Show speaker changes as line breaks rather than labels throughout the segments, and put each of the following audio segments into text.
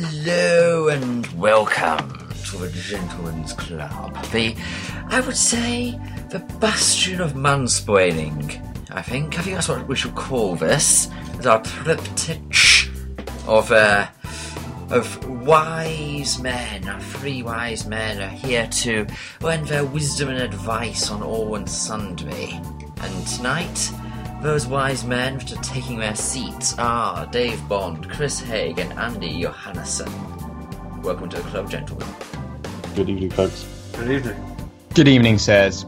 Hello and welcome to the Gentlemen's Club. The, I would say, the bastion of mansplaining. I think. I think that's what we should call this. It's our triptych of uh, of wise men. Our three wise men are here to lend their wisdom and advice on all and sundry. And tonight, those wise men which are taking their seats are Dave Bond, Chris Haig, and Andy Johannesson. Welcome to the club, gentlemen.
Good evening, folks.
Good evening.
Good evening, sirs.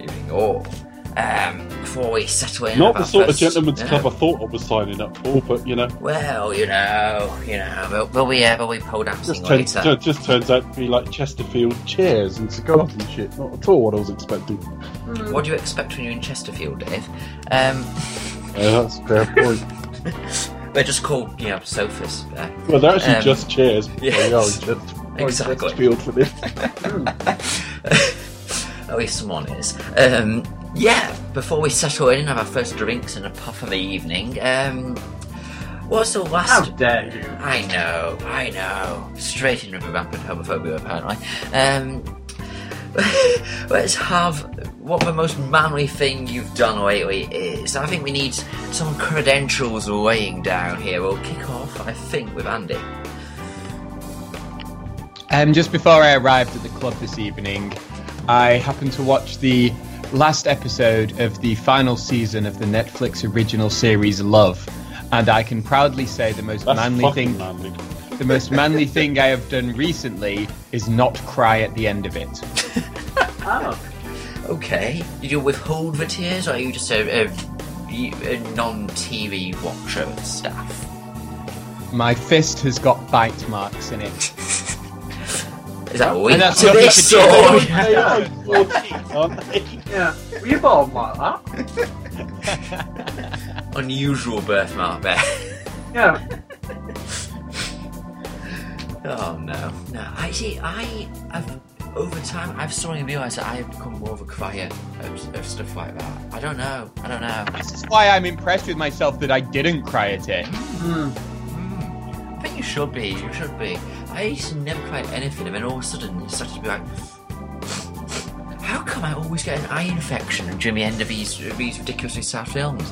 Evening all. Um, before we settle in,
Not
about
the sort
first-
of gentleman's
No.
club I thought I was signing up for, but you know,
Well, you know, you know, but, but we uh, but we pulled up
just
something
turns,
later.
ju- just turns out to be like Chesterfield chairs and cigars and shit. Not at all what I was expecting.
What do you expect when you're in Chesterfield, Dave? Um,
Yeah, that's a fair point.
they're just called, you know, sofas. Uh,
Well, they're actually
Um,
just chairs. but They are
yes.
just like
Exactly.
Chesterfield for this.
at least Oh, someone is. Um, yeah, before we settle in and have our first drinks and a puff of the evening, um, what's the
How
last
dare you?
I know, I know. Straight into the rampant homophobia, apparently. Um, let's have what the most manly thing you've done lately is. I think we need some credentials laying down here. We'll kick off, I think, with Andy.
Um, just before I arrived at the club this evening, I happened to watch the last episode of the final season of the Netflix original series Love, and I can proudly say the most
That's
manly
fucking
thing
manly.
the most manly thing I have done recently is not cry at the end of it.
Oh,
Okay. Did you withhold the tears, or are you just a, a, a non TV watcher of stuff?
My fist has got bite marks in it.
Is that a week
that's
to
what we
this,
should do.
or-
They are your teeth, aren't they?
yeah. Were you born like that?
unusual birthmark there?
Yeah.
Oh no, no. I see. I have over time. I've suddenly realised that I've become more of a crier of, of stuff like that. I don't know. I don't know.
This is why I'm impressed with myself that I didn't cry at it.
Hmm.
I think you should be. You should be. I used to never cry at anything, and then all of a sudden it started to be like. How come I always get an eye infection during the end of these these ridiculously sad films?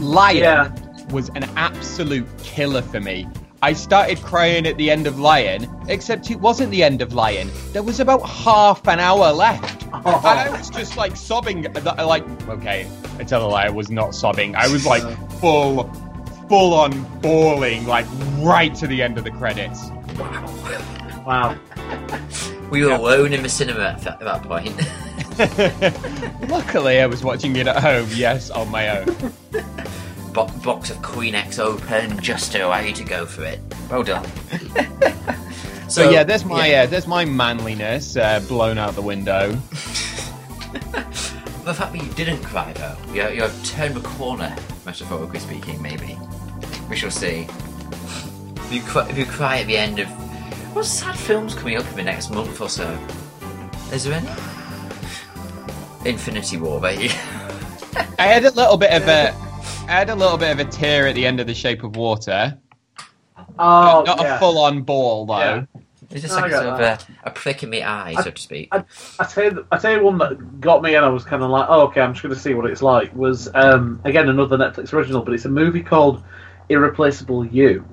Lion
Yeah.
was an absolute killer for me. I started crying at the end of Lion, except it wasn't the end of Lion. There was about half an hour left.
Oh.
And I was just like sobbing. at the- Like, okay, I tell a lie, I was not sobbing. I was like full, full on bawling, like right to the end of the credits.
Wow.
Wow.
We were alone in the cinema at that, at that point.
Luckily, I was watching it at home, yes, on my own.
Bo- box of Queen X open just to allow you to go for it. Well done.
So, yeah, there's my Uh, there's my manliness uh, blown out the window.
The fact that you didn't cry, though, you you have turned the corner, metaphorically speaking, maybe. We shall see. If you, cry, if you cry at the end of. What sad films coming up in the next month or so? Is there any? Infinity War, there you
I had a little bit of a, I had a little bit of a tear at the end of The Shape of Water.
Oh,
Not
yeah.
a full-on ball though.
Yeah.
It's just
I
like
got
sort of a, a prick in the eye, so to speak.
I tell you, I tell you one that got me, and I was kind of like, "Oh, okay, I'm just going to see what it's like." Was um, again another Netflix original, but it's a movie called Irreplaceable You,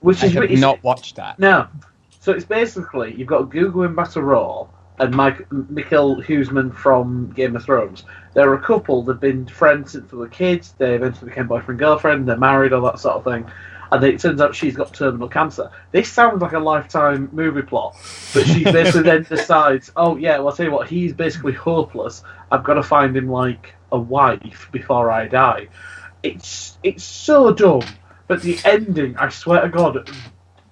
which
I
is
have
it's-
not watched that.
No. So it's basically you've got Gugu and Batterall and Mike Mikkel Huseman from Game of Thrones. They're a couple. They've been friends since they were kids. They eventually became boyfriend girlfriend. They're married, all that sort of thing. And it turns out she's got terminal cancer. This sounds like a lifetime movie plot, but she basically then decides, oh yeah, well I'll tell you what, he's basically hopeless. I've got to find him like a wife before I die. It's it's so dumb, but the ending, I swear to God,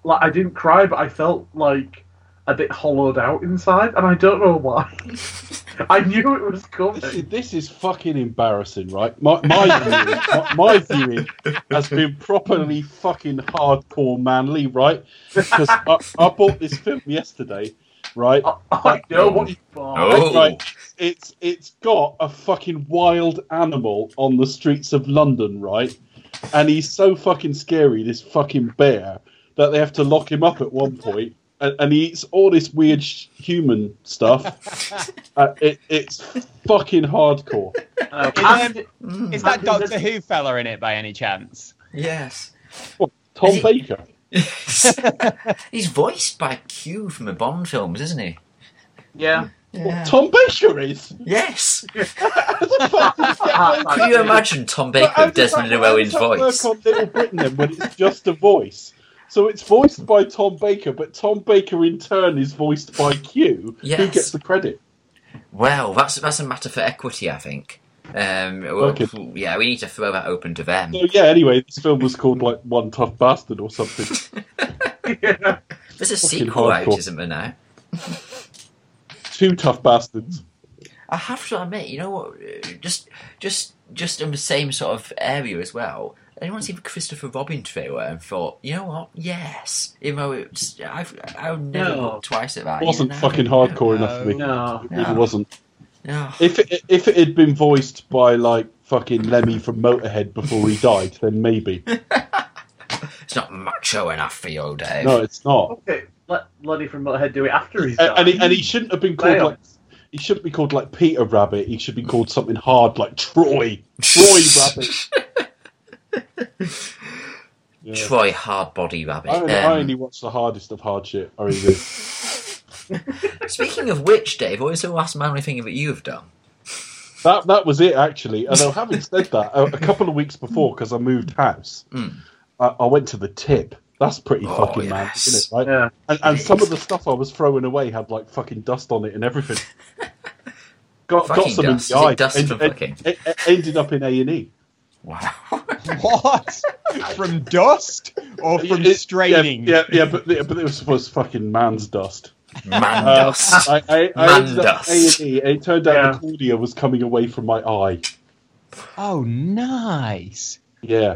like I didn't cry, but I felt like a bit hollowed out inside, and I don't know why. I knew it
This
was
is,
coming.
this is fucking embarrassing, right? My my viewing, my, my viewing has been properly fucking hardcore manly, right? Because I, I bought this film yesterday, right?
I, I know what you bought.
Oh.
Right. It's it's got a fucking wild animal on the streets of London, right? And he's so fucking scary, this fucking bear, that they have to lock him up at one point, and, and he eats all this weird sh- human stuff. uh, it, it's fucking hardcore.
Uh,
Is,
and-
Mm.
is that
Happy
Doctor
that-
Who fella in it by any chance?
Yes. Is
Tom
he-
Baker.
He's voiced by Q from the Bond films, isn't he?
yeah.
Yeah.
Tom Baker is.
yes.
Ah,
Could you imagine Tom Baker
But how
with
does
Desmond
that- how
Llewellyn's
does that
voice?
Work on Little Britain then when it's just a voice. So it's voiced by Tom Baker, but Tom Baker in turn is voiced by Q, who
Yes.
gets the credit.
Well, that's that's a matter for equity, I think. Um, well,
Okay.
Yeah, we need to throw that open to them.
So yeah, anyway, this film was called like One Tough Bastard or something.
yeah.
There's a
Fucking
sequel out,
hardcore.
isn't there now?
Two tough bastards.
I have to admit, you know what? uh, Just, just, just in the same sort of area as well. Anyone seen the Christopher Robin trailer and thought, you know what? Yes, even though it's, I've, I've never
No.
looked twice at that.
It wasn't
you know?
fucking hardcore enough for me.
No.
It really
No.
wasn't.
No.
If it, if it had been voiced by like fucking Lemmy from Motorhead before he died, then maybe.
It's not macho enough for you, Dave.
No, it's not.
Okay. Let Luddy from Motorhead do it after he's
And,
done.
and, he, and he shouldn't have been called like he shouldn't be called like Peter Rabbit. He should be called something hard like Troy. Troy Rabbit. Yeah.
Troy Hardbody Rabbit.
I, only, I
Um,
only watch the hardest of hard shit. Or even
Speaking of which, Dave, what is the last manly thing that you've done?
that that was it actually. Although having said that, a, a couple of weeks before, because I moved house,
Mm.
I, I went to the tip. That's pretty
Oh,
fucking mad,
yes.
isn't it? Right?
Yeah.
And, and some of the stuff I was throwing away had like fucking dust on it and everything. Got, got
Fucking
some
dust.
in
Is
the
it
eye.
dust
End-
from
end-
fucking-
e- e- ended up in A and E.
Wow.
What? from dust or from
It- it-
straining?
Yeah, yeah, yeah but, yeah, but this was fucking man's dust.
Man
Uh,
dust.
I, I, I
Man
ended up
dust.
A and E, and it turned out
Yeah.
the cornea was coming away from my eye.
Oh, nice.
Yeah,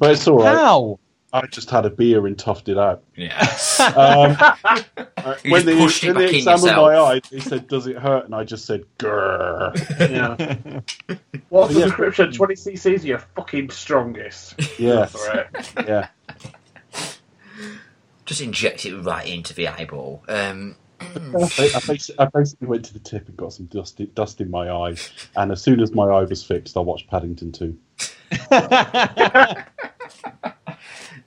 but it's all right.
How?
I just had a beer and toughed it out.
Yes.
Um, uh,
You
when
just
they,
pushed it
when
back
they
in
examined
yourself.
my eye, they said, "Does it hurt?" And I just said, "Grrr."
Yeah. What's the
Yeah.
description? 20 cc's, you're fucking strongest.
Yeah,
That's all right.
yeah.
Just inject it right into the eyeball. Um,
I, I basi- I basically went to the tip and got some dust, dust in my eye, and as soon as my eye was fixed, I watched Paddington Two.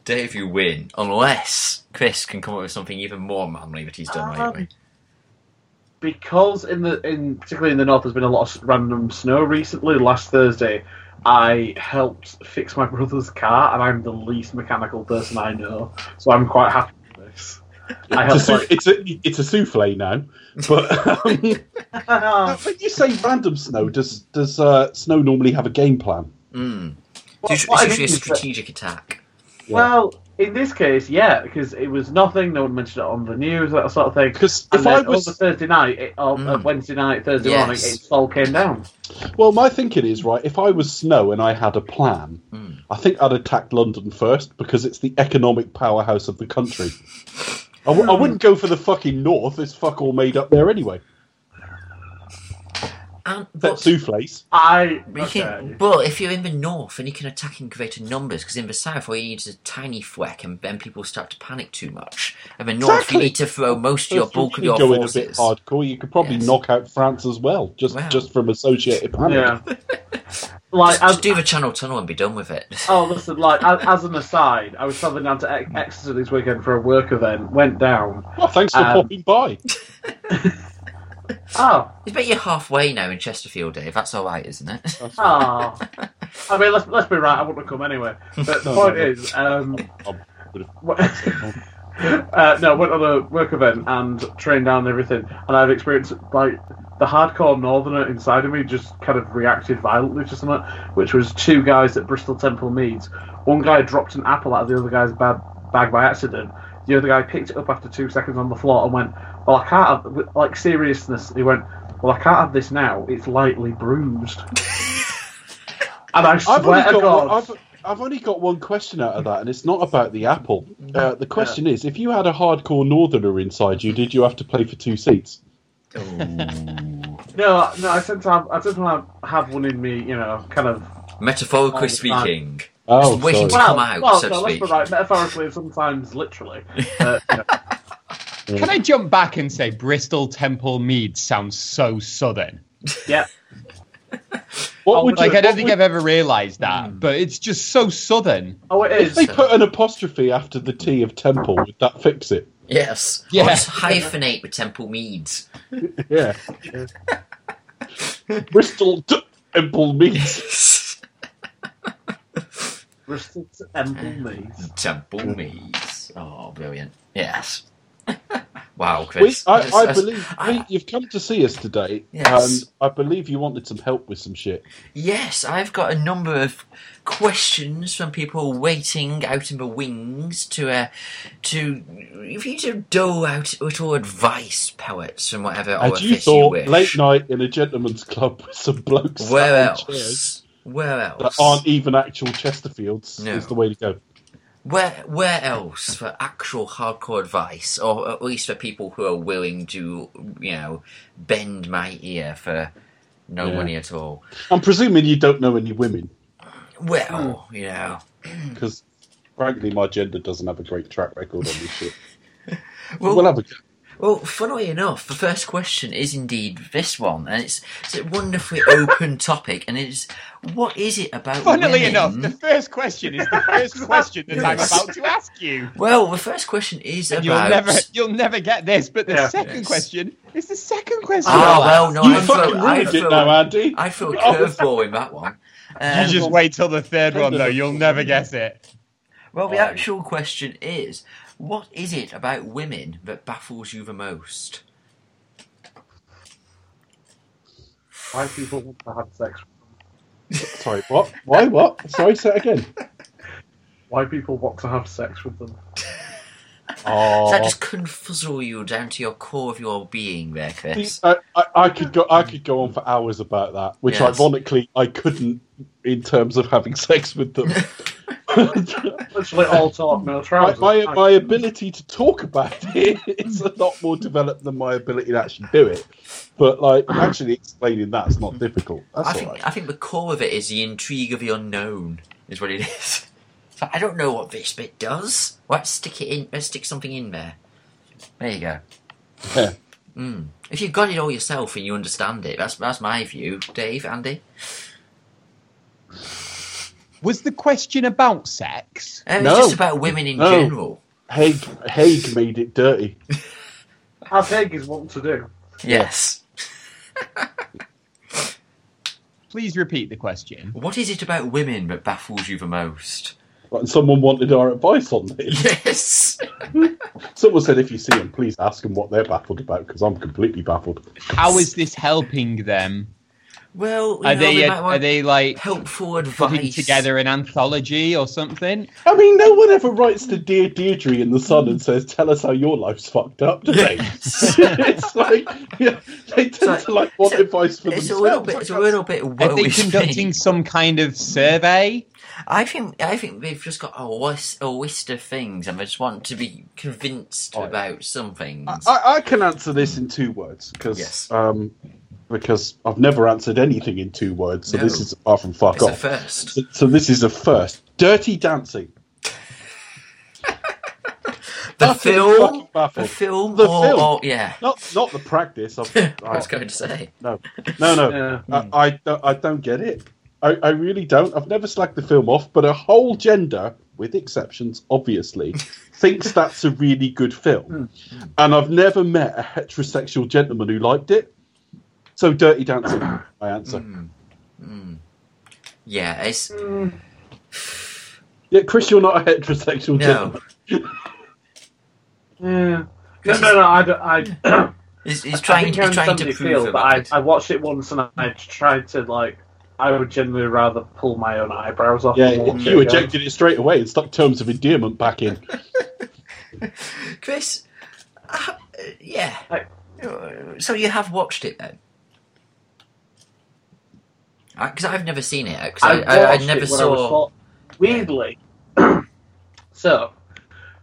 Dave, you win. Unless Chris can come up with something even more manly that he's done
Um,
lately.
because in the in particularly in the north there's been a lot of random snow recently last thursday i helped fix my brother's car and i'm the least mechanical person i know so i'm quite happy with this i
It's a,
helped
sou-
like,
it's a it's a souffle now, but um,
Oh.
when you say random snow, does does uh, snow normally have a game plan?
Mm.
What-
It's usu-
what I
it's usually a
think is that-
strategic attack.
well in this case yeah because it was nothing no one mentioned it on the news that sort of thing
Because
and
if I
then
was
on the Thursday night, it, or
Mm.
uh, Wednesday night, Thursday
Yes.
morning, it all came down.
Well, my thinking is right. If I was Snow and I had a plan,
Hmm.
Mm.
I think I'd attack London first because it's the economic powerhouse of the country. I, w- I wouldn't go for the fucking north. It's fuck all made up there anyway.
And,
Except
but,
souffles.
I
but you can-
okay.
but if you're in the north, then you can attack in greater numbers, because in the south, all you need is a tiny fleck, and then people start to panic too much. And the north,
Exactly.
you need to throw most of your
If
bulk of
you
your
go
forces.
in a bit hardcore. You could probably
Yes.
knock out France as well, just
Wow.
just from associated panic.
yeah. like
Just, just
as,
do the channel tunnel and be done with it.
Oh, listen, like, as, as an aside, I was travelling down to Ex- Exeter this weekend for a work event, went down.
Well, thanks for
Um,
popping by.
Oh,
I bet you're halfway now in Chesterfield, Dave. That's all right, isn't it?
That's all right.
oh. I mean, let's, let's be right, I wouldn't have come anyway. But the
No,
point
no, no.
is, um,
Um, would've-
w- uh, no, went on a work event and trained down and everything, and I've experienced, like, the hardcore northerner inside of me just kind of reacted violently to something, which was two guys at Bristol Temple Meads. One guy dropped an apple out of the other guy's bag, bag by accident. The other guy picked it up after two seconds on the floor and went, "Well, I can't have with, like seriousness." He went, "Well, I can't have this now. It's lightly bruised." and I
I've only,
swear to
got
God,
one, I've, I've only got one question out of that, and it's not about the apple. Uh, the question is if you had a hardcore northerner inside you, did you have to play for two seats?
no, no, I tend to have, I tend to have, have one in me, you know, kind of
Metaphorically
Oh, it's fine.
speaking.
Oh,
waiting
sorry.
to- come out,
well,
so to
no, let's
speak.
be right. Metaphorically, sometimes literally. Uh, you know,
Can I jump back and say Bristol Temple Mead sounds so southern?
yeah.
What would
Like
you,
I don't
what
think
would-
I've ever realised
Hmm.
that, but it's just so southern.
Oh, it
if they
is.
put an apostrophe after the T of temple, would that fix it?
Yes.
Yeah.
Or just hyphenate with Temple Meads.
Yeah. Bristol d- temple meets.
Bristol Temple Meads.
Temple
Mm.
Meads. Oh, brilliant. Yes. wow,
We,
Chris.
I,
That's-
I
that's-
believe we,
I-
you've come to see us today,
Ah. Yes.
and I believe you wanted some help with some shit.
Yes, I've got a number of questions from people waiting out in the wings to, uh, to, if you to dole out little advice, poets, from whatever
And you
orifice Oh, you,
thought
wish.
late night in a gentleman's club with some blokes sat
Where
on chairs
else? Where
that
else?
aren't even actual Chesterfields
No.
is the way to go.
Where where else for actual hardcore advice, or at least for people who are willing to, you know, bend my ear for no
Yeah.
money at all?
I'm presuming you don't know any women
Well,
Hmm.
you know,
because, frankly, my gender doesn't have a great track record on this shit.
Well-
Well, we'll have a go.
Well, funnily enough, the first question is indeed this one, and it's, it's a wonderfully open topic, and it's what is it about?
Funnily
women-
enough, the first question is the first question that I'm
Yes.
about to ask you.
well, the first question is
And you'll
about.
never, you'll never get this. But the
Yeah.
second
Yes.
question is the second question.
Oh well, no,
you
I
fucking
throw, I
ruined it
throw,
now, Andy.
I throw a
Oh.
curveball in that one.
You
Um,
just wait till the third one, though. You'll never guess it.
Well, the actual question is, what is it about women that baffles you the most?
Why people want to have sex?
Sorry, what? Why? What? Sorry, say it again.
Why people want to have sex with them?
Does
Oh,
that just confuzzle you down to your core of your being, there, Chris?
I, I, I could go. I could go on for hours about that, which
Yes.
ironically I couldn't in terms of having sex with them.
Literally all talk, no
my,
trousers.
my, my ability to talk about it is a lot more developed than my ability to actually do it. But like actually explaining that's not difficult. That's
I
all
think
right.
I think the core of it is the intrigue of the unknown, is what it is. It's like, I don't know what this bit does. Let's stick it in. Let's stick something in there. There you go.
Yeah.
Mm. If you've got it all yourself and you understand it, that's that's my view, Dave, Andy.
Was the question about sex?
Um,
No.
It's just about women in
No.
general.
Haig Haig made it dirty.
As Haig is wont to do.
Yes.
Please repeat the question.
What is it about women that baffles you the most?
And someone wanted our advice on this.
Yes.
Someone said if you see them, please ask them what they're baffled about because I'm completely baffled.
How is this helping them?
Well, you
Are
know,
they?
we
a-
might want
are they like
helpful
putting
advice
together an anthology or something?
I mean, no one ever writes to Dear Deirdre in the Sun and says, "Tell us how your life's fucked up," do they?
Yes.
it's like yeah, they tend
like-
to like want
it's a-
advice for
It's a
themselves.
little bit. It's a little bit.
Are they
woe-is
conducting
me.
some kind of survey?
I think. I think they've just got a list, a list of things, and they just want to be convinced
Oh, yeah.
about some things.
I, I- I can answer this in two words because
Yes.
um, because I've never answered anything in two words, so
No.
this is apart from fuck
it's a
off.
first.
so, so this is a first. Dirty dancing.
The
Utterly
film.
fucking baffled.
The film.
The
or,
film.
or- yeah.
Not not the practice. I've,
I was going to say.
no, no, no.
Yeah.
I, I, don't- I don't get it. I, I really don't. I've never slacked the film off, but a whole gender, with exceptions, obviously, thinks that's a really good film.
Hmm.
And I've never met a heterosexual gentleman who liked it. So Dirty Dancing, my answer.
Hmm.
Hmm. Yeah. It's
Mm,
Yeah, Chris, you're not a heterosexual
no.
gentleman.
Yeah. No, no, no. I, don't- I,
It's,
I
it's trying.
think I
It's trying to
understand the
prove
appeal,
a
but I,
point.
I watched it once and I tried to like. I would generally rather pull my own eyebrows off.
Yeah,
and watch
you
it again.
ejected it straight away and stuck terms of endearment back in.
Chris. uh, yeah.
I-
Uh, So you have watched it then? Because I've never seen it. uh, 'cause I, I, I,
watched
never
it when I was
saw.
four- Weirdly, so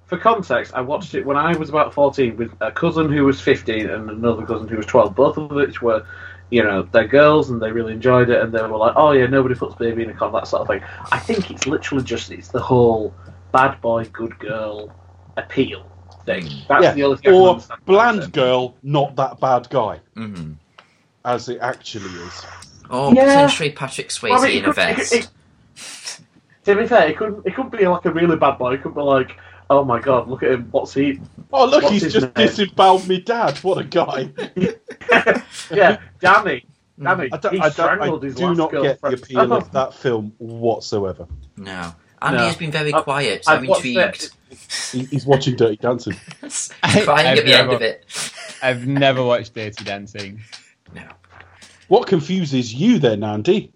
for context, I watched it when I was about fourteen with a cousin who was fifteen and another cousin who was twelve. Both of which were you know, they're girls and they really enjoyed it, and they were like, oh yeah, nobody puts baby in a con, that sort of thing. I think it's literally just it's the whole bad boy, good girl appeal thing. That's
Yeah,
the only thing I can
Or
understand about it.
bland girl, not that bad guy,
hmm
as it actually is.
Or
Yeah.
potentially Patrick Swayze
Well, I mean,
in a
it could- it-
vest.
it- To be fair, it couldn't it couldn't be like a really bad boy. It couldn't be like, oh my god, look at him, what's he?
Oh look,
What's
he's
his
just
name?
disemboweled me dad. What a guy!
yeah, Danny. Danny.
Mm. I, don't,
he
I, don't, I
strangled his
do
last
not get the
girlfriend.
appeal of that film whatsoever.
No. Andy
No.
has been very
I've-
quiet.
I've
I'm
watched
intrigued.
He- He's watching Dirty Dancing.
I-
Crying at
I've
the end
never-
of it.
I've never watched Dirty Dancing.
No.
What confuses you then, Andy?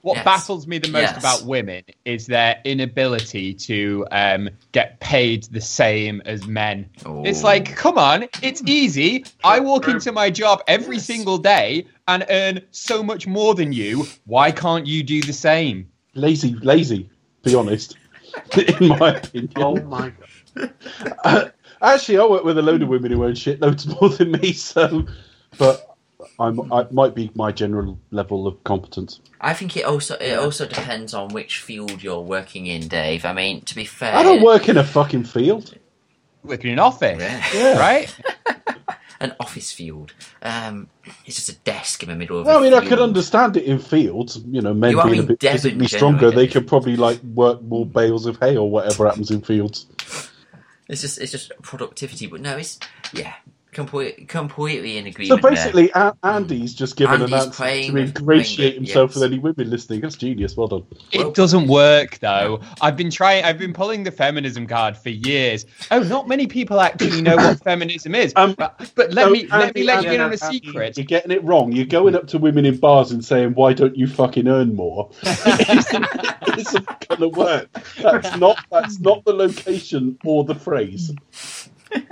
What
Yes.
baffles me the most
Yes.
about women is their inability to um, get paid the same as men.
Oh.
It's like, come on, it's easy. I walk into my job every
Yes.
single day and earn so much more than you. Why can't you do the same?
Lazy, lazy. Be honest, in my opinion.
Oh my god.
Uh, actually, I work with a load of women who earn shit loads more than me. So, but I'm, I might be my general level of competence.
I think it also it also depends on which field you're working in, Dave. I mean, to be fair,
I don't work in a fucking field.
Working in an office,
Yeah.
right?
an office field. Um, it's just a desk in the middle of.
Well,
a
I mean, I
field.
could understand it in fields. You know, men
You are
being a
in
bit
Devon,
physically stronger,
generally.
they could probably like work more bales of hay or whatever happens in fields.
It's just it's just productivity, but no, it's yeah, complete, completely in
So
agreement. there.
basically, a- Andy's just given an
Andy's
answer
playing
to
with-
ingratiate
playing with-
himself
yes.
with any women listening. That's genius. Well done.
Well-
It doesn't work though. I've been trying. I've been pulling the feminism card for years. Oh, not many people actually know what feminism is.
Um,
but, but let
So,
me let
Andy,
me let you
Andy,
in on a
Andy,
secret.
You're getting it wrong. You're going up to women in bars and saying, "Why don't you fucking earn more?" it isn't going to work. That's not. That's not the location or the phrase.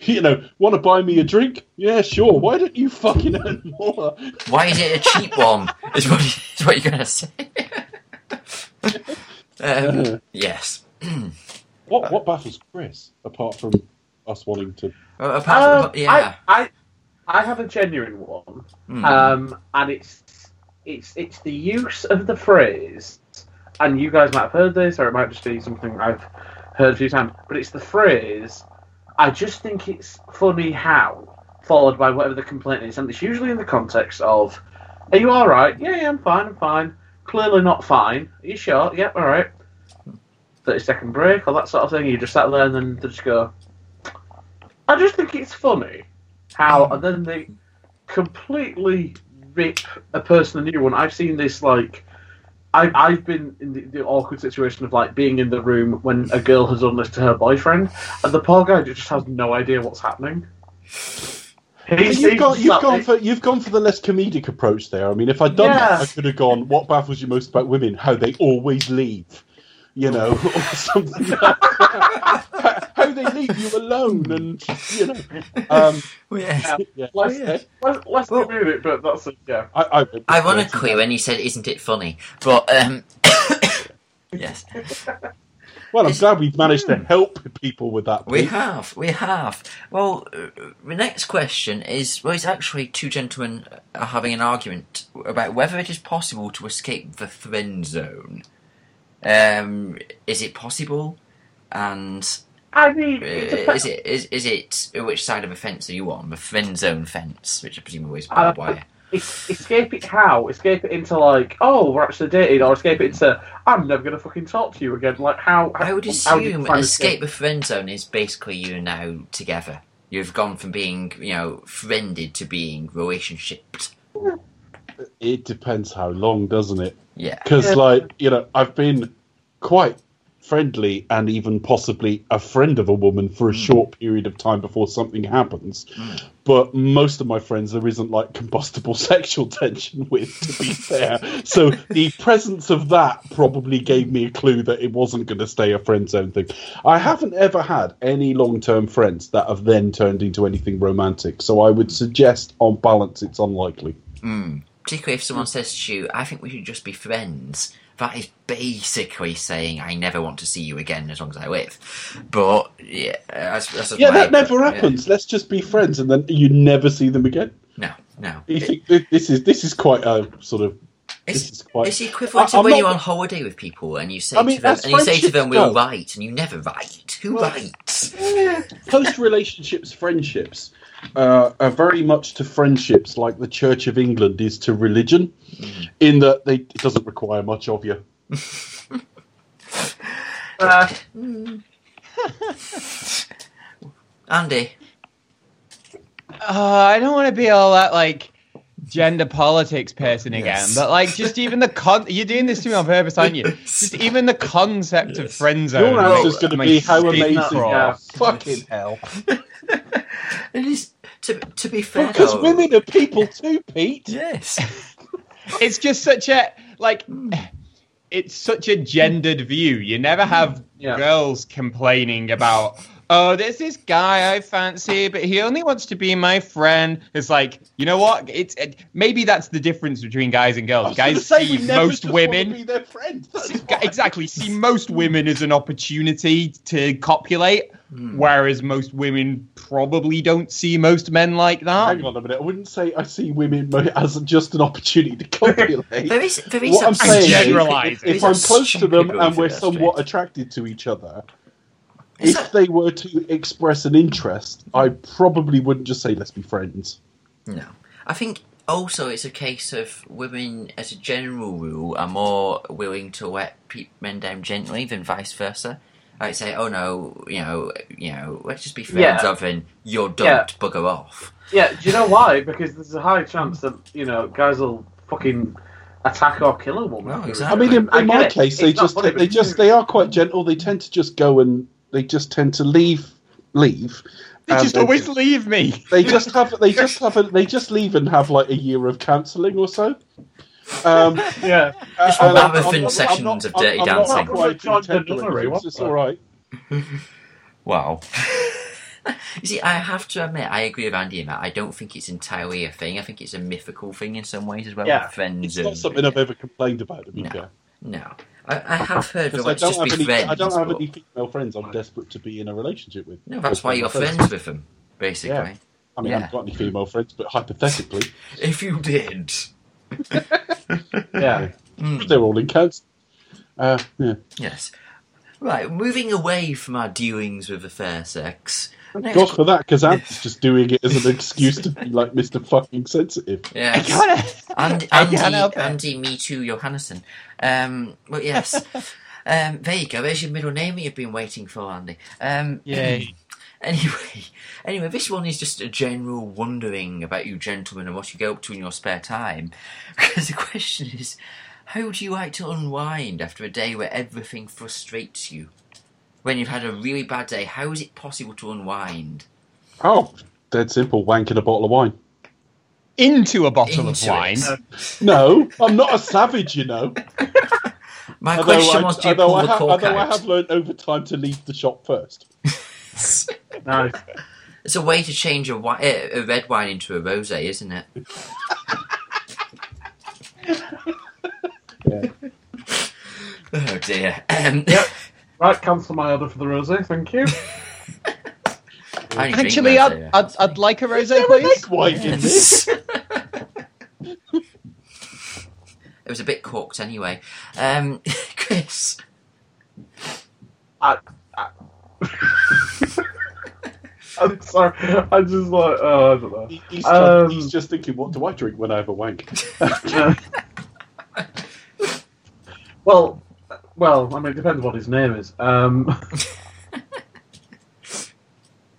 You know, want to buy me a drink? Yeah, sure. Why don't you fucking earn more?
Why is it a cheap one? Is what, is what you're going to say. um, yes.
What what baffles Chris apart from us wanting to?
Uh, Apart
Um,
from, yeah.
I, I I have a genuine one,
Hmm.
um, and it's it's it's the use of the phrase, and you guys might have heard this, or it might just be something I've heard a few times, but it's the phrase. I just think it's funny how followed by whatever the complaint is, and it's usually in the context of, "Are you all right? Yeah, yeah, I'm fine, I'm fine. Clearly not fine. Are you sure? Yep, all right." Thirty second break or that sort of thing. You just sat there and then they just go. I just think it's funny how, and then they completely rip a person a new one. I've seen this like. I, I've been in the, the awkward situation of like being in the room when a girl has done this to her boyfriend, and the poor guy just has no idea what's happening. He's,
You've
he's
gone, you've
sat
gone
there-
for you've gone for the less comedic approach there. I mean, if I'd done that,
Yeah.
I could have gone. What baffles you most about women? How they always leave, you know, or something. Like that. How they leave you alone, and you know. Um,
Well, Oh, yes.
yeah.
Let's, let's, let's
Well-
remove it, but that's it, yeah.
I, I would-
Ironically, when you said, "Isn't it funny?" But um, yes,
Well, I'm glad we've managed to help people with that.
we
Pete.
have, we have. Well, uh, the next question is: Well, it's actually two gentlemen are having an argument about whether it is possible to escape the friend zone. Um, is it possible? And
I
uh,
mean, it depends.
is it is is it which side of the fence are you on? The friend zone fence, which I presume is barbed
Uh,
wire.
Es- escape it how? Escape it into like, oh, we're actually dating, or escape it into, I'm never gonna fucking talk to you again. Like how?
I would
how do you
assume
find
escape the friend zone is basically you now together. You've gone from being, you know, friended to being relationshiped.
It depends how long, doesn't it?
Yeah.
Because,
Yeah.
like, you know, I've been quite friendly and even possibly a friend of a woman for a short period of time before something happens. But most of my friends, there isn't like combustible sexual tension with, to be fair. So the presence of that probably gave me a clue that it wasn't going to stay a friend zone thing. I haven't ever had any long term friends that have then turned into anything romantic. So I would suggest, on balance, it's unlikely.
Mm. Particularly if someone says to you, I think we should just be friends. That is basically saying, I never want to see you again as long as I live. But, yeah, that's, that's just
Yeah,
my-
that never
yeah.
happens. Let's just be friends, and then you never see them again.
No. No.
You think th- this is this is quite a sort of this
It's,
is quite.
it's the equivalent
I-
of
I'm
when
not-
you're on holiday with people and you say
I mean,
to them,
that's
and you say to them,
friendships,
"We'll
though.
write," and you never write. Who
Well-
writes?
Post relationships, friendships uh, are very much to friendships like the Church of England is to religion, in that they it doesn't require much of you.
Uh,
Andy,
Uh, I don't want to be all that like gender politics person again,
Yes.
but like just even the con. You're doing this to me on purpose, aren't you? Just even the concept of
Yes.
friend zone.
Your answer's
makes
going to
my
be how
skin
amazing. you
crawl.
are.
Yeah.
Fucking hell!
it is to to be fair.
Because
though-
women are people too, Pete.
Yes.
It's just such a like. It's such a gendered view. You never have
Yeah.
girls complaining about. Oh, there's this guy I fancy, but he only wants to be my friend. It's like, you know what? It's it, maybe that's the difference between guys and
I
girls.
was gonna
Guys
say,
see
we never
most
just wanna
women.
Be their friend. That's
See-
why.
exactly see most women as an opportunity to copulate whereas most women probably don't see most men like that
Hang on a minute. I wouldn't say I see women mo- as just an opportunity to copulate.
There is there is
what I'm
something-
saying is,
generalising.
if, if
These
I'm
are
close to
stupid
them
rules
and we're
for this
somewhat
thing.
attracted to each other,
Is
if
that-
they were to express an interest, I probably wouldn't just say let's be friends.
No. I think also it's a case of women, as a general rule, are more willing to let pe- men down gently than vice versa. Like say, oh no, you know, you know, let's just be friends,
Yeah.
other than you're dumped,
Yeah.
bugger off.
yeah, do you know why? Because there's a high chance that you know guys will fucking attack or kill a woman.
No,
after
I
a
exactly.
mean, in,
I
in
get
my
it.
case, they
It's not
just
funny, but
they
it's
just
true.
they are quite gentle. They tend to just go and they just tend to leave leave.
they
and
just always leave me
They just have. They just have. A, they just leave and have like a year of counselling or so. Um,
Yeah,
Just
and I'm-
marathon
I'm not-
sessions
I'm not-
of
I'm-
dirty
I'm not
dancing.
quite
John
contemporary,
Denury,
it's-
what
It's
the-
all right.
Wow. you see, I have to admit, I agree with Andy in that. I don't think it's entirely a thing. I think it's a mythical thing in some ways as well.
Yeah.
with friends
It's
and
not something I've ever complained about. To be
No.
fair,
no, I, I have heard that.
because I
Let's
don't
just
have
be
any.
friends.
I don't have
but-
any female friends. I'm desperate to be in a relationship with.
No, that's why you're friends with them, basically.
Yeah. I mean, I
Yeah.
haven't got any female friends, but hypothetically,
If you did.
yeah.
Hmm.
they're all in counts. Uh, yeah.
Yes. Right, moving away from our dealings with the fair sex. Next-
God for that, because Ant's just doing it as an excuse to be like Mr. Fucking Sensitive.
I
Yes.
gotta-
And,
I
Andy,
can't help it.
Andy, me too, Johannesson. Um, but yes. um, there you go. There's your middle name that you've been waiting for, Andy. Um,
Yay.
Anyway, anyway, this one is just a general wondering about you gentlemen and what you go up to in your spare time. Because the question is, how do you like to unwind after a day where everything frustrates you? When you've had a really bad day, how is it possible to unwind?
Oh, dead simple. Wanking a bottle of wine.
into a
Into
bottle of
it.
wine
Uh, No, I'm not a savage, you know.
My
Although
question
I-
was, do you
although
pull
I
the
have,
cork
although I have
out?
learned over time to leave the shop first.
Nice.
It's a way to change a, wi- eh, a red wine into a rosé, isn't it?
Yeah.
Oh dear. Um,
Right, cancel my order for the rosé. Thank you.
I only drink
actually
rosé,
I'd, I'd, I'd like a rosé
There were egg
please
white in this.
it was a bit corked anyway. Um, Chris,
I, I... I'm sorry. I just like oh, I don't know.
He- He's,
Um,
he's just thinking, what do I drink when I have a wank?
Yeah. well, well, I mean, it depends what his name is. Um,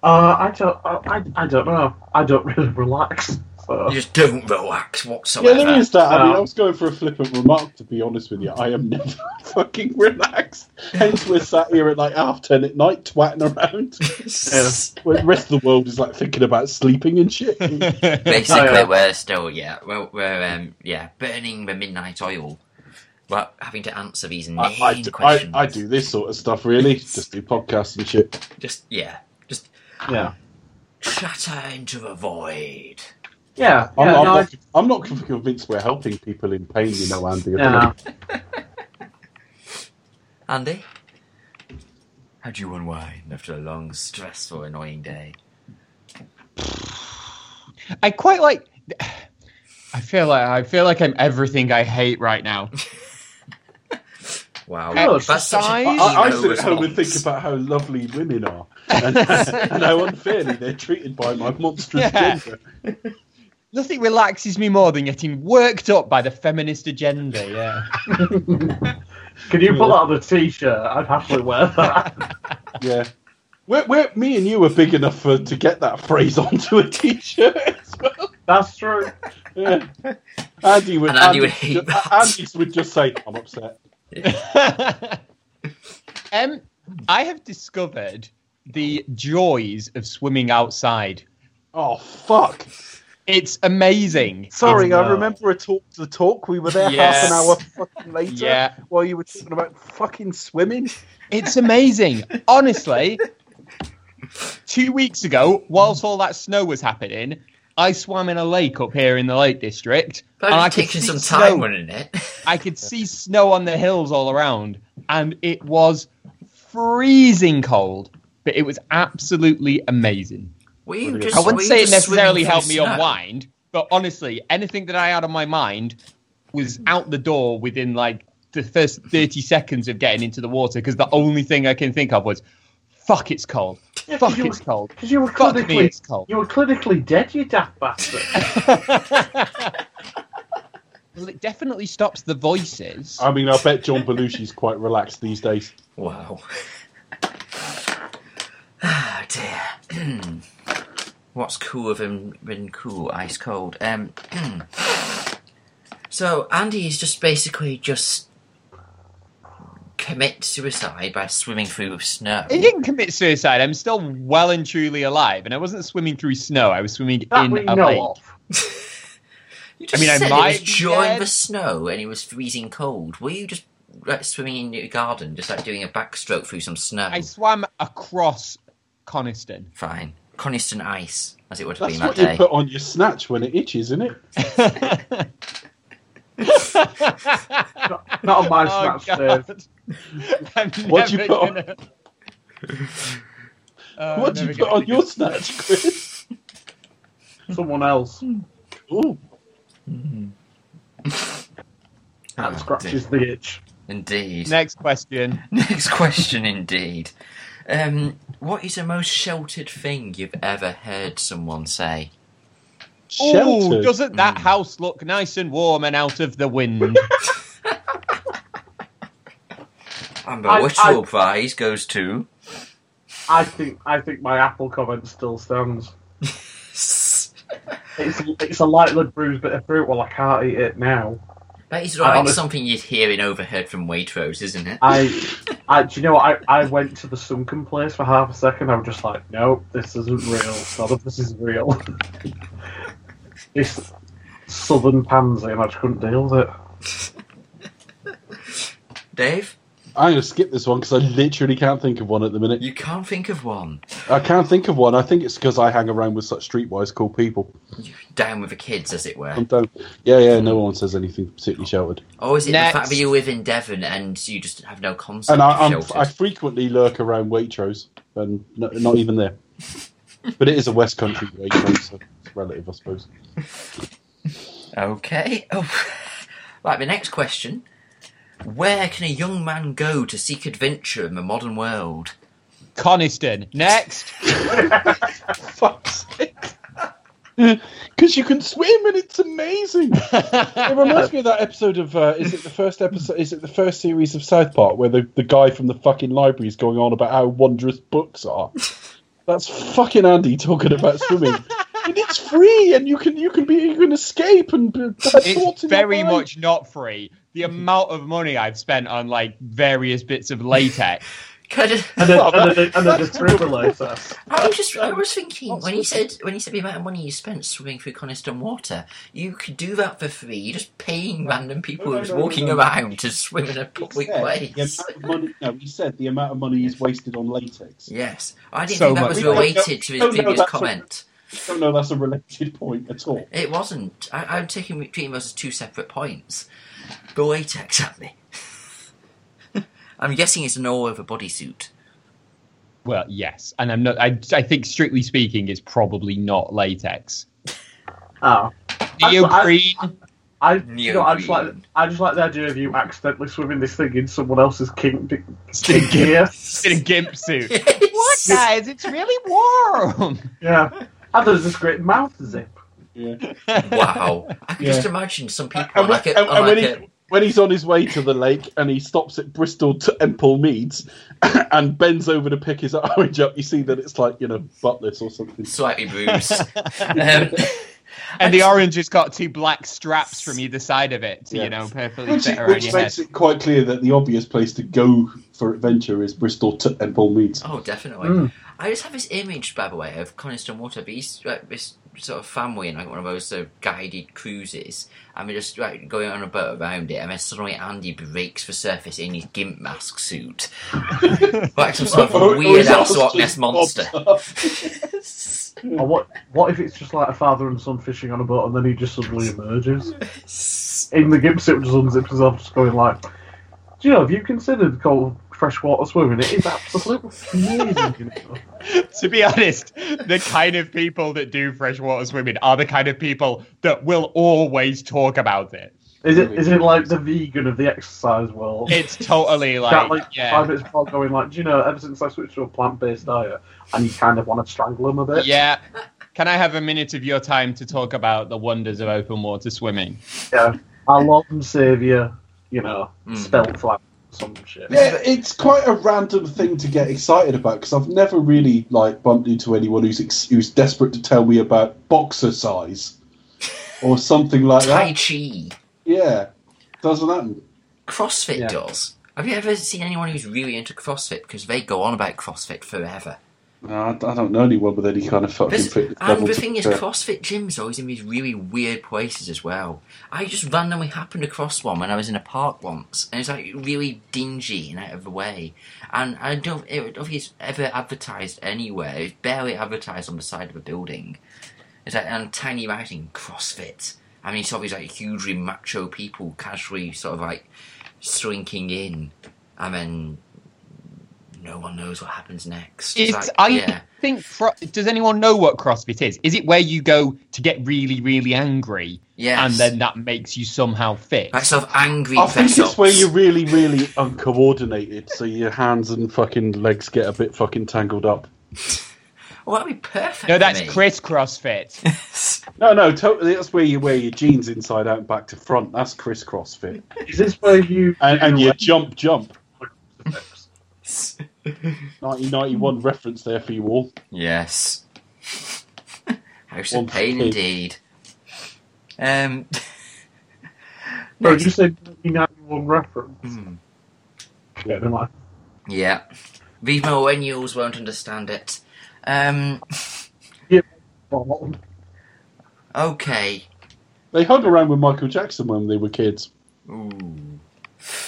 uh, I don't, I, I- I don't know. I don't really relax. So.
you just don't relax
yeah,
whatsoever.
there is that. I mean,
No.
I was going for a flippant remark, to be honest with you. I am never fucking relaxed. Hence, we're sat here at like half ten at night, twatting around. Where the rest of the world is like thinking about sleeping and shit.
Basically,
Oh, yeah.
we're still yeah, we're, we're um, yeah, burning the midnight oil, but having to answer these inane
I, I, do- I,
questions.
I do this sort of stuff, really. Just do podcasts and shit.
Just yeah, just
Yeah,
chatter into the void.
yeah,
I'm,
yeah.
I'm,
no, I-
not, I'm not convinced we're helping people in pain, you know, Andy. at all.
yeah.
Andy, how do you unwind after a long, stressful, annoying day?
I quite like. I feel like I feel like I'm everything I hate right now.
Wow.
Good.
That's such an
Size?
I, I
emo
sit at home and think
response.
about how lovely women are and, and how unfairly they're treated by my monstrous
Yeah.
gender.
Nothing relaxes me more than getting worked up by the feminist agenda. Yeah.
Can you put that on a t-shirt? I'd happily wear that.
Yeah. We're, we're, me and you are big enough for, to get that phrase onto a t shirt as well.
That's true.
Yeah. Andy would,
And Andy would hate
ju-
that.
Andy would just say, I'm upset.
um, I have discovered the joys of swimming outside.
Oh, fuck.
It's amazing.
Sorry,
Sorry, I remember a talk, the talk. We were there
Yes.
half an hour fucking later
Yeah.
while you were talking about fucking swimming.
It's amazing. Honestly, two weeks ago, whilst all that snow was happening, I swam in a lake up here in the Lake District.
That
and I
would
could
take you
see
some
snow.
time, wouldn't it?
I could see snow on the hills all around, and it was freezing cold, but it was absolutely amazing.
Were you
Brilliant.
just,
I
were
wouldn't
you
say it
just
necessarily
swimming
helped
through
me
snow?
unwind, but honestly, anything that I had on my mind was out the door within like the first 30 seconds of getting into the water because the only thing I can think of was, fuck, it's cold. Fuck,
you-
it's cold.
Because you were
Fuck me, it's
clinically,
cold.
you were clinically dead, you daft bastard.
Well, it definitely stops the voices.
I mean, I bet John Belushi's quite relaxed these days.
Wow. Ah dear. What's cool of him been cool, ice cold. Um So Andy is just basically just commit suicide by swimming through with snow.
I didn't commit suicide. I'm still well and truly alive, and I wasn't swimming through snow. I was swimming
That
in
we
a lake.
know of.
You just
I mean, I
said it
might
was
be
during
dead.
the snow and it was freezing cold. Were you just like swimming in your garden, just like doing a backstroke through some snow?
I swam across Coniston.
Fine. Coniston ice, as it would have
That's
been
what
that
you
day.
put on your snatch when it itches, isn't it?
Not, not on my
Oh,
snatch, Dave.
God. I'm
What'd you
never
put on-
gonna- Uh,
what do
never
you put
gonna
on
do
your
this.
snatch, Chris?
Someone else.
Ooh.
Oh,
That scratches the itch.
Ah, Indeed.
Next question.
Next question, indeed. Um, what is the most sheltered thing you've ever heard someone say?
Oh,
Sheltered.
doesn't that house look nice and warm and out of the wind?
And the
I-
Whittle
I-
Prize goes to.
I think I think my apple comment still stands. It's it's a lightly bruised bit of fruit. Well, I can't eat it now.
That is
I
like
honest-
something you'd hear in Overheard from Waitrose, isn't it?
I, I do you know what? I I went to the sunken place for half a second. I was just like, no, this isn't real. None of this is real. this southern pansy, and I just couldn't deal with it.
Dave,
I'm going to skip this one because I literally can't think of one at the minute.
you can't think of one.
I can't think of one. I think it's because I hang around with such streetwise cool people.
Down with the kids, as it
I'm
were.
down. Yeah, yeah, no one says anything particularly sheltered.
Or Oh, is it
Next.
the fact that you live in Devon and you just have no concept
And I,
of
I'm,
shelter?
I frequently lurk around Waitrose and no, not even there. But it is a West Country Waitrose, so it's relative, I suppose.
Okay. Oh. Right, the next question. Where can a young man go to seek adventure in the modern world?
Coniston. Next.
Fuck's sake. Because you can swim and it's amazing. It reminds me of that episode of uh, is it the first episode is it the first series of South Park where the, the guy from the fucking library is going on about how wondrous books are. That's fucking Andy talking about swimming. and it's free and you can you can be you can escape and b- have
it's
thoughts in your
very
mind.
much not free. The amount of money I've spent on like various bits of latex.
Could it-
And then and then, and then defibrillator.
I was just I was thinking when he said when he said the amount of money you spent swimming through Coniston water, you could do that for free, You're just paying random people
No, no,
who's
no, no,
walking
no.
around to swim in a public
He
place.
said the amount of money, no, he said the amount of money is wasted on latex.
Yes. I didn't
So
think that
much
was
money.
related to his
No, no,
previous
that's what-
comment.
I don't know that's a related point at all.
It wasn't. I, I'm taking treating those as two separate points. The latex at me. I'm guessing it's an all over bodysuit.
Well, yes, and I'm not. I, I think strictly speaking, it's probably not latex.
Ah,
neoprene.
I, you know, I just like
Neoprene.
I just like the idea of you accidentally swimming this thing in someone else's kink, kink gear.
in a gimp suit.
What?
Guys, it's really warm.
Yeah, and there's this great mouth zip.
Yeah.
Wow. I can
Yeah.
just imagine some people
And,
are like it.
and- and
are
when,
like
he, when he's on his way to the lake and he stops at Bristol Temple Meads and bends over to pick his orange up, you see that it's like, you know, buttless or something.
it slightly bruised. um,
And the orange has got two black straps from either side of it, to,
Yeah.
you know, perfectly
Which,
fit around
which
your head.
makes it quite clear that the obvious place to go for adventure is Bristol Temple Meads.
oh, definitely.
Mm.
I just have this image, by the way, of Coniston Water, but he's like this sort of family in like one of those uh, guided cruises, and they're just like going on a boat around it, and then suddenly Andy breaks the surface in his gimp mask suit, like some sort
Or- or
Oh,
of weird
is
ass
that
Loch
just
Ness monster.
bobs up?
Or what? What if it's just like a father and son fishing on a boat, and then he just suddenly emerges in the gimp suit, just unzips himself, just going like, "Do you know? Have you considered cold freshwater swimming? It is absolutely amazing." you know.
to be honest, the kind of people that do freshwater swimming are the kind of people that will always talk about it.
Is it? Is it like the vegan of the exercise world?
It's totally like,
That, like
yeah,
five minutes before going like, do you know? Ever since I switched to a plant-based diet, and you kind of want to strangle him a bit.
yeah. Can I have a minute of your time to talk about the wonders of open water swimming?
I love and save you. You know,
Mm.
spelt flat some shit.
Yeah, it's quite a random thing to get excited about because I've never really like bumped into anyone who's ex- who's desperate to tell me about boxer size or something like
Tai
that.
Chi.
Yeah, doesn't happen.
CrossFit
Yeah.
does. Have you ever seen anyone who's really into CrossFit? Because they go on about CrossFit forever.
No, I, I don't know anyone with any kind of fucking
This-
fitness level.
and the thing is,
to-
CrossFit gyms are always in these really weird places as well. I just randomly happened across one when I was in a park once, and it's like really dingy and out of the way. And I don't, it, I don't think it's ever advertised anywhere. It's barely advertised on the side of a building. It's like and tiny writing CrossFit. I mean, it's all these like hugely macho people casually sort of like slinking in, and then no one knows what happens next. It's
It's,
like,
I
yeah.
think. Cro- does anyone know what CrossFit is? Is it where you go to get really, really angry,
Yes.
and then that makes you somehow fit?
Like sort of angry
I think
press-ups.
it's where you're really, really uncoordinated, so your hands and fucking legs get a bit fucking tangled up.
Well, Oh, that'd be perfect.
No,
for
that's
me.
Chris CrossFit.
No, no, totally. That's where you wear your jeans inside out and back to front. That's crisscross fit,
Is this where you
and, and
you
your jump, jump.
effects?
1991 reference there for you all.
yes. House of
One
pain,
kid.
indeed. Um.
Bro,
next-
you said 1991 reference.
Hmm.
Yeah, they're like,
yeah, these millennials won't understand it. Um.
"Well,
Okay.
They hung around with Michael Jackson when they were kids.
Ooh.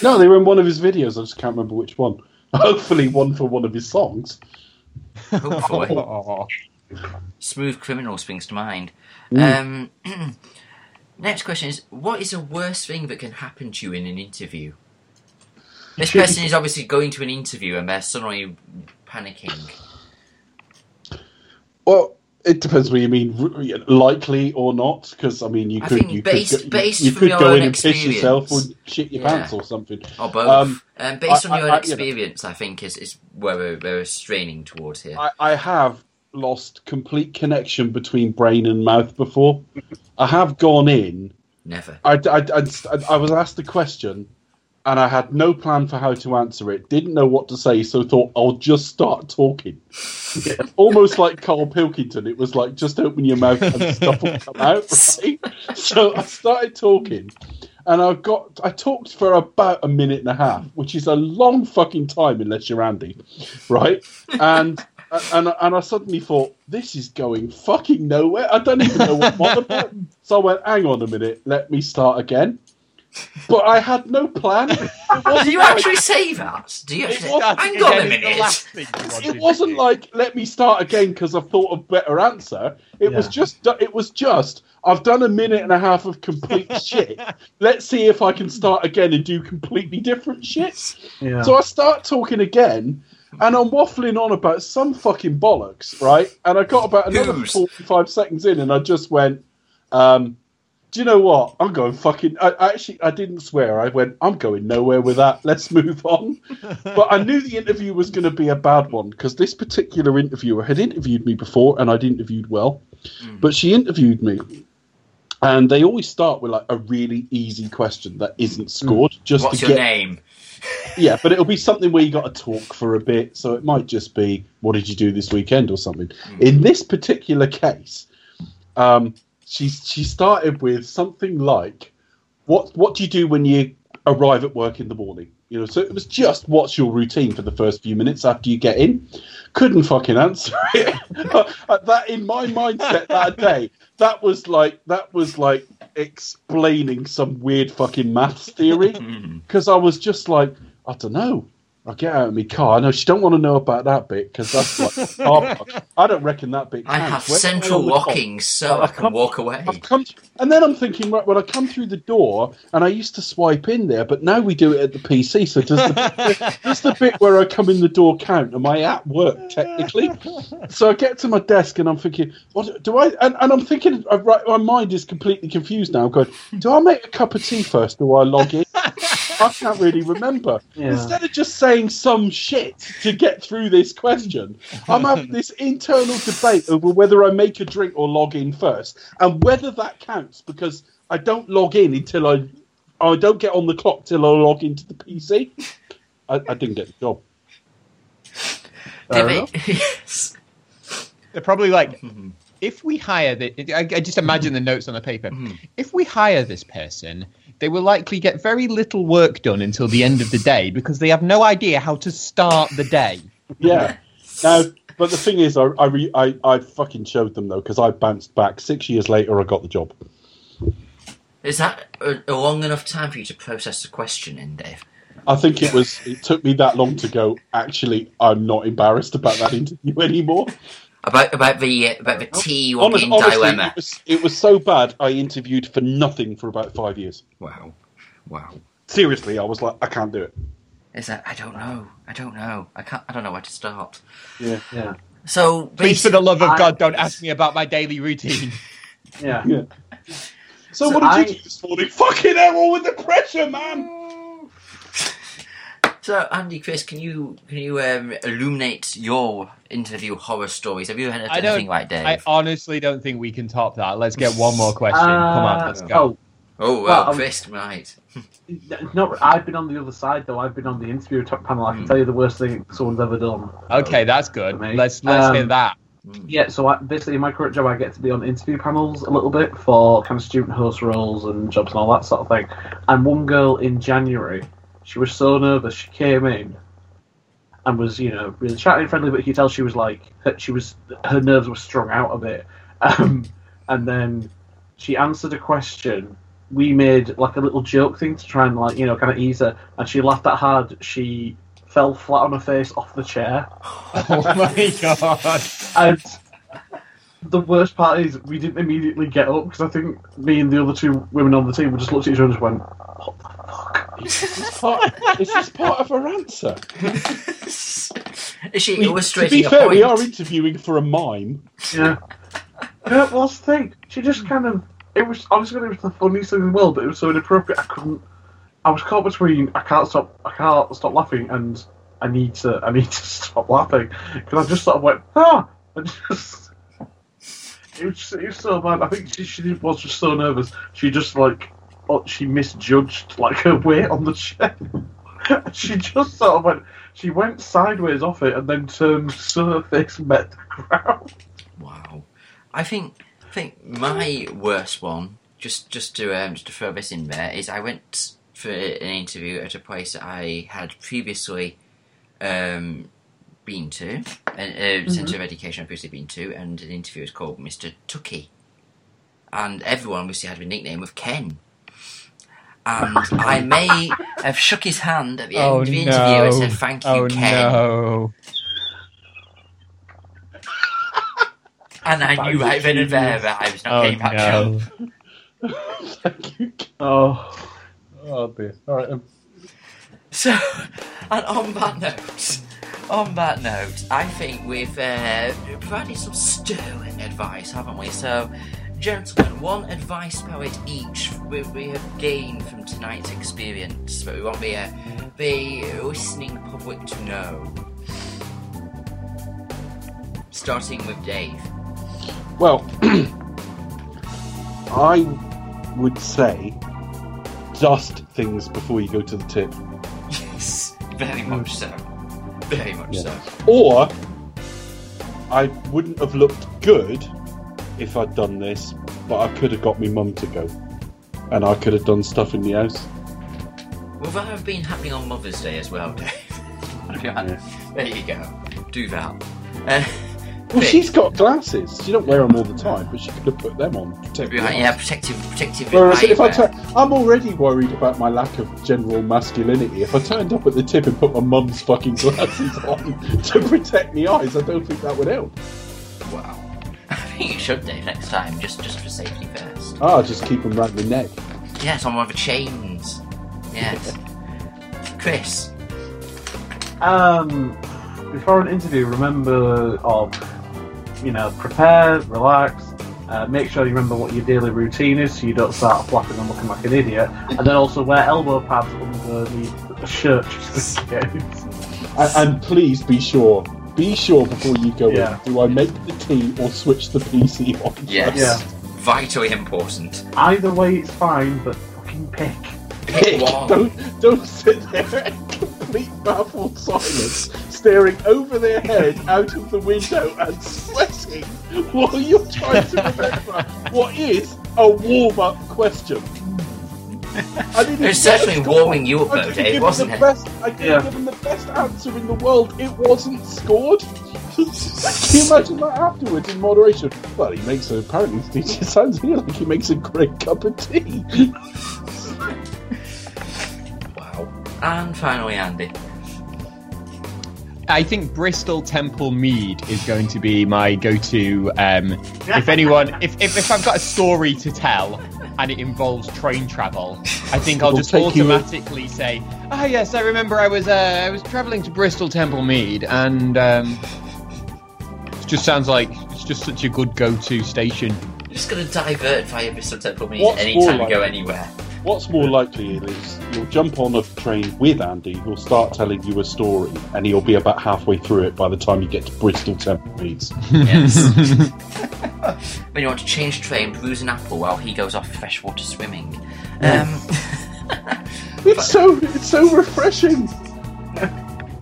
No, they were in one of his videos. I just can't remember which one. Hopefully, one for one of his songs.
Hopefully.
Oh.
Smooth criminal springs to mind.
Mm.
Um, next question is: What is the worst thing that can happen to you in an interview? This person is obviously going to an interview and they're suddenly panicking.
Well, it depends what you mean, r- you know, likely or not. Because I mean, you
I
could
think
you
based-
could go, you-
based
you,
from
could
your
go
own
in and piss yourself or
experience.
shit your
Yeah.
pants or something.
Or both. Um,
Um,
based
I-
on your own
I- I- you know.
experience, I think is, is where we're, where we're straining towards here.
I, I have lost complete connection between brain and mouth before. I have gone in.
Never.
I, I, I- I was asked a question, and I had no plan for how to answer it. Didn't know what to say, so thought I'll just start talking. Almost like Carl Pilkington, it was like just open your mouth and stuff will come out. Right? So I started talking, and I got I talked for about a minute and a half, which is a long fucking time unless you're Andy, right? And and and I suddenly thought this is going fucking nowhere. I don't even know what I'm on about. So I went, hang on a minute, let me start again. But I had no plan. It wasn't
Do you
like-
actually say that? Do you
It
actually?
was-
Hang on a
Again, it's the last
minute.
thing you wanted
it
to
wasn't
do.
like let me start again because I've thought of better answer. It was
Yeah.
just it was just I've done a minute and a half of complete shit. Let's see if I can start again and do completely different shit.
yeah.
So I start talking again, and I'm waffling on about some fucking bollocks, right? And I got about another
Whose?
45 seconds in, and I just went, um, do you know what? I'm going fucking. I, I actually, I didn't swear. I went. I'm going nowhere with that. Let's move on. but I knew the interview was going to be a bad one because this particular interviewer had interviewed me before, and I'd interviewed well.
Hmm.
But she interviewed me, and they always start with like a really easy question that isn't scored, just
Hmm. What's
to
your
get
name?
yeah, but it'll be something where you got to talk for a bit. So it might just be, "What did you do this weekend?" or something. In this particular case, um, she she started with something like, "What what do you do when you arrive at work in the morning?" You know, so it was just, "What's your routine for the first few minutes after you get in?" Couldn't fucking answer it. Uh, that in my mindset that day, that was like that was like explaining some weird fucking maths theory
Hmm.
because I was just like, I don't know. I get out of my car. I know she don't want to know about that bit because that's like, car park. I don't reckon that bit.
I
counts.
have
Where am
central
on the clock?
locking, so I can
come-
walk away.
I've come, and then I'm thinking, right, well, I come through the door, and I used to swipe in there, but now we do it at the PC. So does the, does the bit where I come in the door count? Am I at work technically? So I get to my desk, and I'm thinking, what do I? And, and I'm thinking, I- right, my mind is completely confused now. I'm going, do I make a cup of tea first? Do I log in? I can't really remember.
Yeah.
Instead of just saying some shit to get through this question, I'm having this internal debate over whether I make a drink or log in first, and whether that counts because I don't log in until I, I don't get on the clock till I log into the PC. I, I didn't get the job.
They
Fair
make- yes.
They're probably like,
Mm-hmm.
if we hire the, I, I just imagine the notes on the paper.
Mm-hmm.
If we hire this person, they will likely get very little work done until the end of the day because they have no idea how to start the day.
Yeah. Now, but the thing is, I I, re, I, I fucking showed them though because I bounced back six years later. I got the job.
Is that a, a long enough time for you to process the question in, Dave?
I think it was. It took me that long to go. Actually, I'm not embarrassed about that interview anymore.
About about the uh, about the tea
Honest,
walking
honestly,
dilemma.
it was, it was so bad. I interviewed for nothing for about five years.
Wow, wow.
Seriously, I was like, I can't do it.
Is that I don't know. I don't know. I can't. I don't know where to start.
Yeah,
Yeah.
So
Please, for the love of
I-
God, don't ask me about my daily routine.
Yeah.
yeah. So,
So
what did
I-
you do this morning? Fucking hell with the pressure, man.
so Andy, Chris, can you can you um, illuminate your interview horror stories? Have you heard
I
anything
don't.
like Dave?
I honestly don't think we can top that. Let's get one more question. Come on, let's
Uh,
go.
Oh,
oh
well,
well,
um,
I'm-
Chris, right.
n- not. I've been on the other side though. I've been on the interview top panel. I can tell you the worst thing someone's ever done.
okay, that's good.
mate.
Let's let's
Um,
hear that.
Yeah, so I, basically, in my current job, I get to be on interview panels a little bit for kind of student host roles and jobs and all that sort of thing. And one girl in January, she was so nervous, she came in and was, you know, really chatty and friendly, but you could tell she was like, her, she was, her nerves were strung out a bit. Um, and then she answered a question. We made like a little joke thing to try and like, you know, kind of ease her, and she laughed that hard, she fell flat on her face off the chair.
Oh my god.
And the worst part is we didn't immediately get up because I think me and the other two women on the team we just looked at each other and just went,
It's part, is this part of her answer?
Is she
We- to
illustrating
be
a
fair,
point?
we are interviewing for a mime.
"Yeah." yeah, well, that's the thing. She just kind of. It was honestly it was the funniest thing in the world, but it was so inappropriate. I couldn't. I was caught between I can't stop, I can't stop laughing, and I need to, I need to stop laughing because I just sort of went ah, and just. It was, just- it was so bad. I think she, she was just so nervous. She just like, oh, she misjudged like her weight on the chair. she just sort of went. She went sideways off it and then turned so her face met the ground.
Wow. I think I think my worst one, just just to um, just to throw this in there, is I went for an interview at a place that I had previously um, been to, an uh,
Mm-hmm.
centre of education I've previously been to, and an interview was called Mr. Tucky, and everyone obviously had the nickname of Ken. And I may have shook his hand at the end
Oh
of the interview and
no.
said, "Thank you,
Oh
Ken,"
no.
and I knew right then and there that I was not
Oh
getting that job.
no.
Thank you.
Oh.
Oh dear. All right. Um,
So, and on that note, on that note, I think we've uh, provided some sterling advice, haven't we? So, Gentlemen, one advice poet each we, we have gained from tonight's experience, but we want the, uh, the listening public to know. Starting with Dave.
Well, I would say dust things before you go to the tip,
Yes, very much so. Very much
Yeah.
so.
or I wouldn't have looked good if I'd done this, but I could have got my mum to go, and I could have done stuff in the house.
Will that have been happening on Mother's Day as well, Dave? There you go. Do that. Uh,
Well,
Vic.
she's got glasses. She don't wear them all the time, but she could have put them on. Protect the
Right,
eyes.
yeah, protective, protective.
Whereas if I
eyewear.
turn, I'm already worried about my lack of general masculinity. If I turned up at the tip and put my mum's fucking glasses on to protect my eyes, I don't think that would help.
Wow. I think you should, Dave, next time, just just for safety first.
Ah, just keep them round the neck.
Yes, on one of the chains. Yes. Chris.
Um, before an interview, remember of you know prepare, relax, uh, make sure you remember what your daily routine is, so you don't start flapping and looking like an idiot, and then also wear elbow pads under the shirt. just in case.
And, and please be sure, be sure before you go
Yeah.
in. Do I make the tea or switch the PC on?
Yes.
Yeah.
Vitally important.
Either way, it's fine, but fucking pick.
Pick one.
Don't don't sit there in complete baffled silence, staring over their head out of the window and sweating while you're trying to remember what is a warm-up question. I didn't
It's
get a
certainly
score.
warming you up,
I
though,
didn't
Dave,
give
wasn't
them
it?
the best, I didn't
Yeah.
give them the best answer in the world. It wasn't scored. Can you imagine that afterwards in moderation? Well, he makes a, apparently his teacher sounds here like he makes a great cup of tea.
Wow. And finally, Andy.
I think Bristol Temple Mead is going to be my go-to. Um, if anyone, if, if if I've got a story to tell and it involves train travel, I think I'll
It'll
just
take you-
automatically say, "Ah, yes, I remember. I was uh, I was traveling to Bristol Temple Mead, and um, it just sounds like it's just such a good go-to station."
I'm just going to divert via Bristol Temple Mead
What's
anytime
more
we go
likely?
anywhere.
What's more likely is you'll jump on a train with Andy, he'll start telling you a story, and he'll be about halfway through it by the time you get to Bristol Temple Meads.
Yes. when you want to change train, bruise an apple while he goes off freshwater swimming. Um,
It's so it's so refreshing.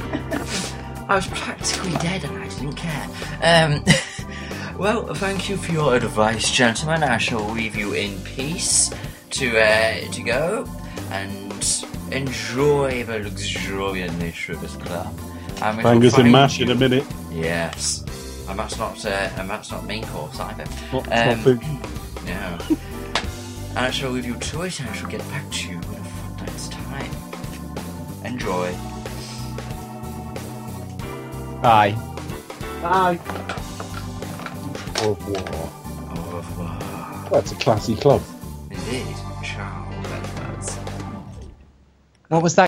I was practically dead and I didn't care. Um, well, thank you for your advice, gentlemen. I shall leave you in peace to uh, to go and enjoy the luxuriant nature of this club. And we shall
Bangers and
find
mash
you-
in a minute.
Yes, and that's not uh, and that's not main course either.
Not,
Um,
not food.
No. and I shall leave you to it, and I shall get back to you in a fortnight's time. Enjoy.
Bye.
Bye.
Au revoir.
Au revoir.
That's a classy club.
Indeed. Ciao. Bye-bye.
What was that?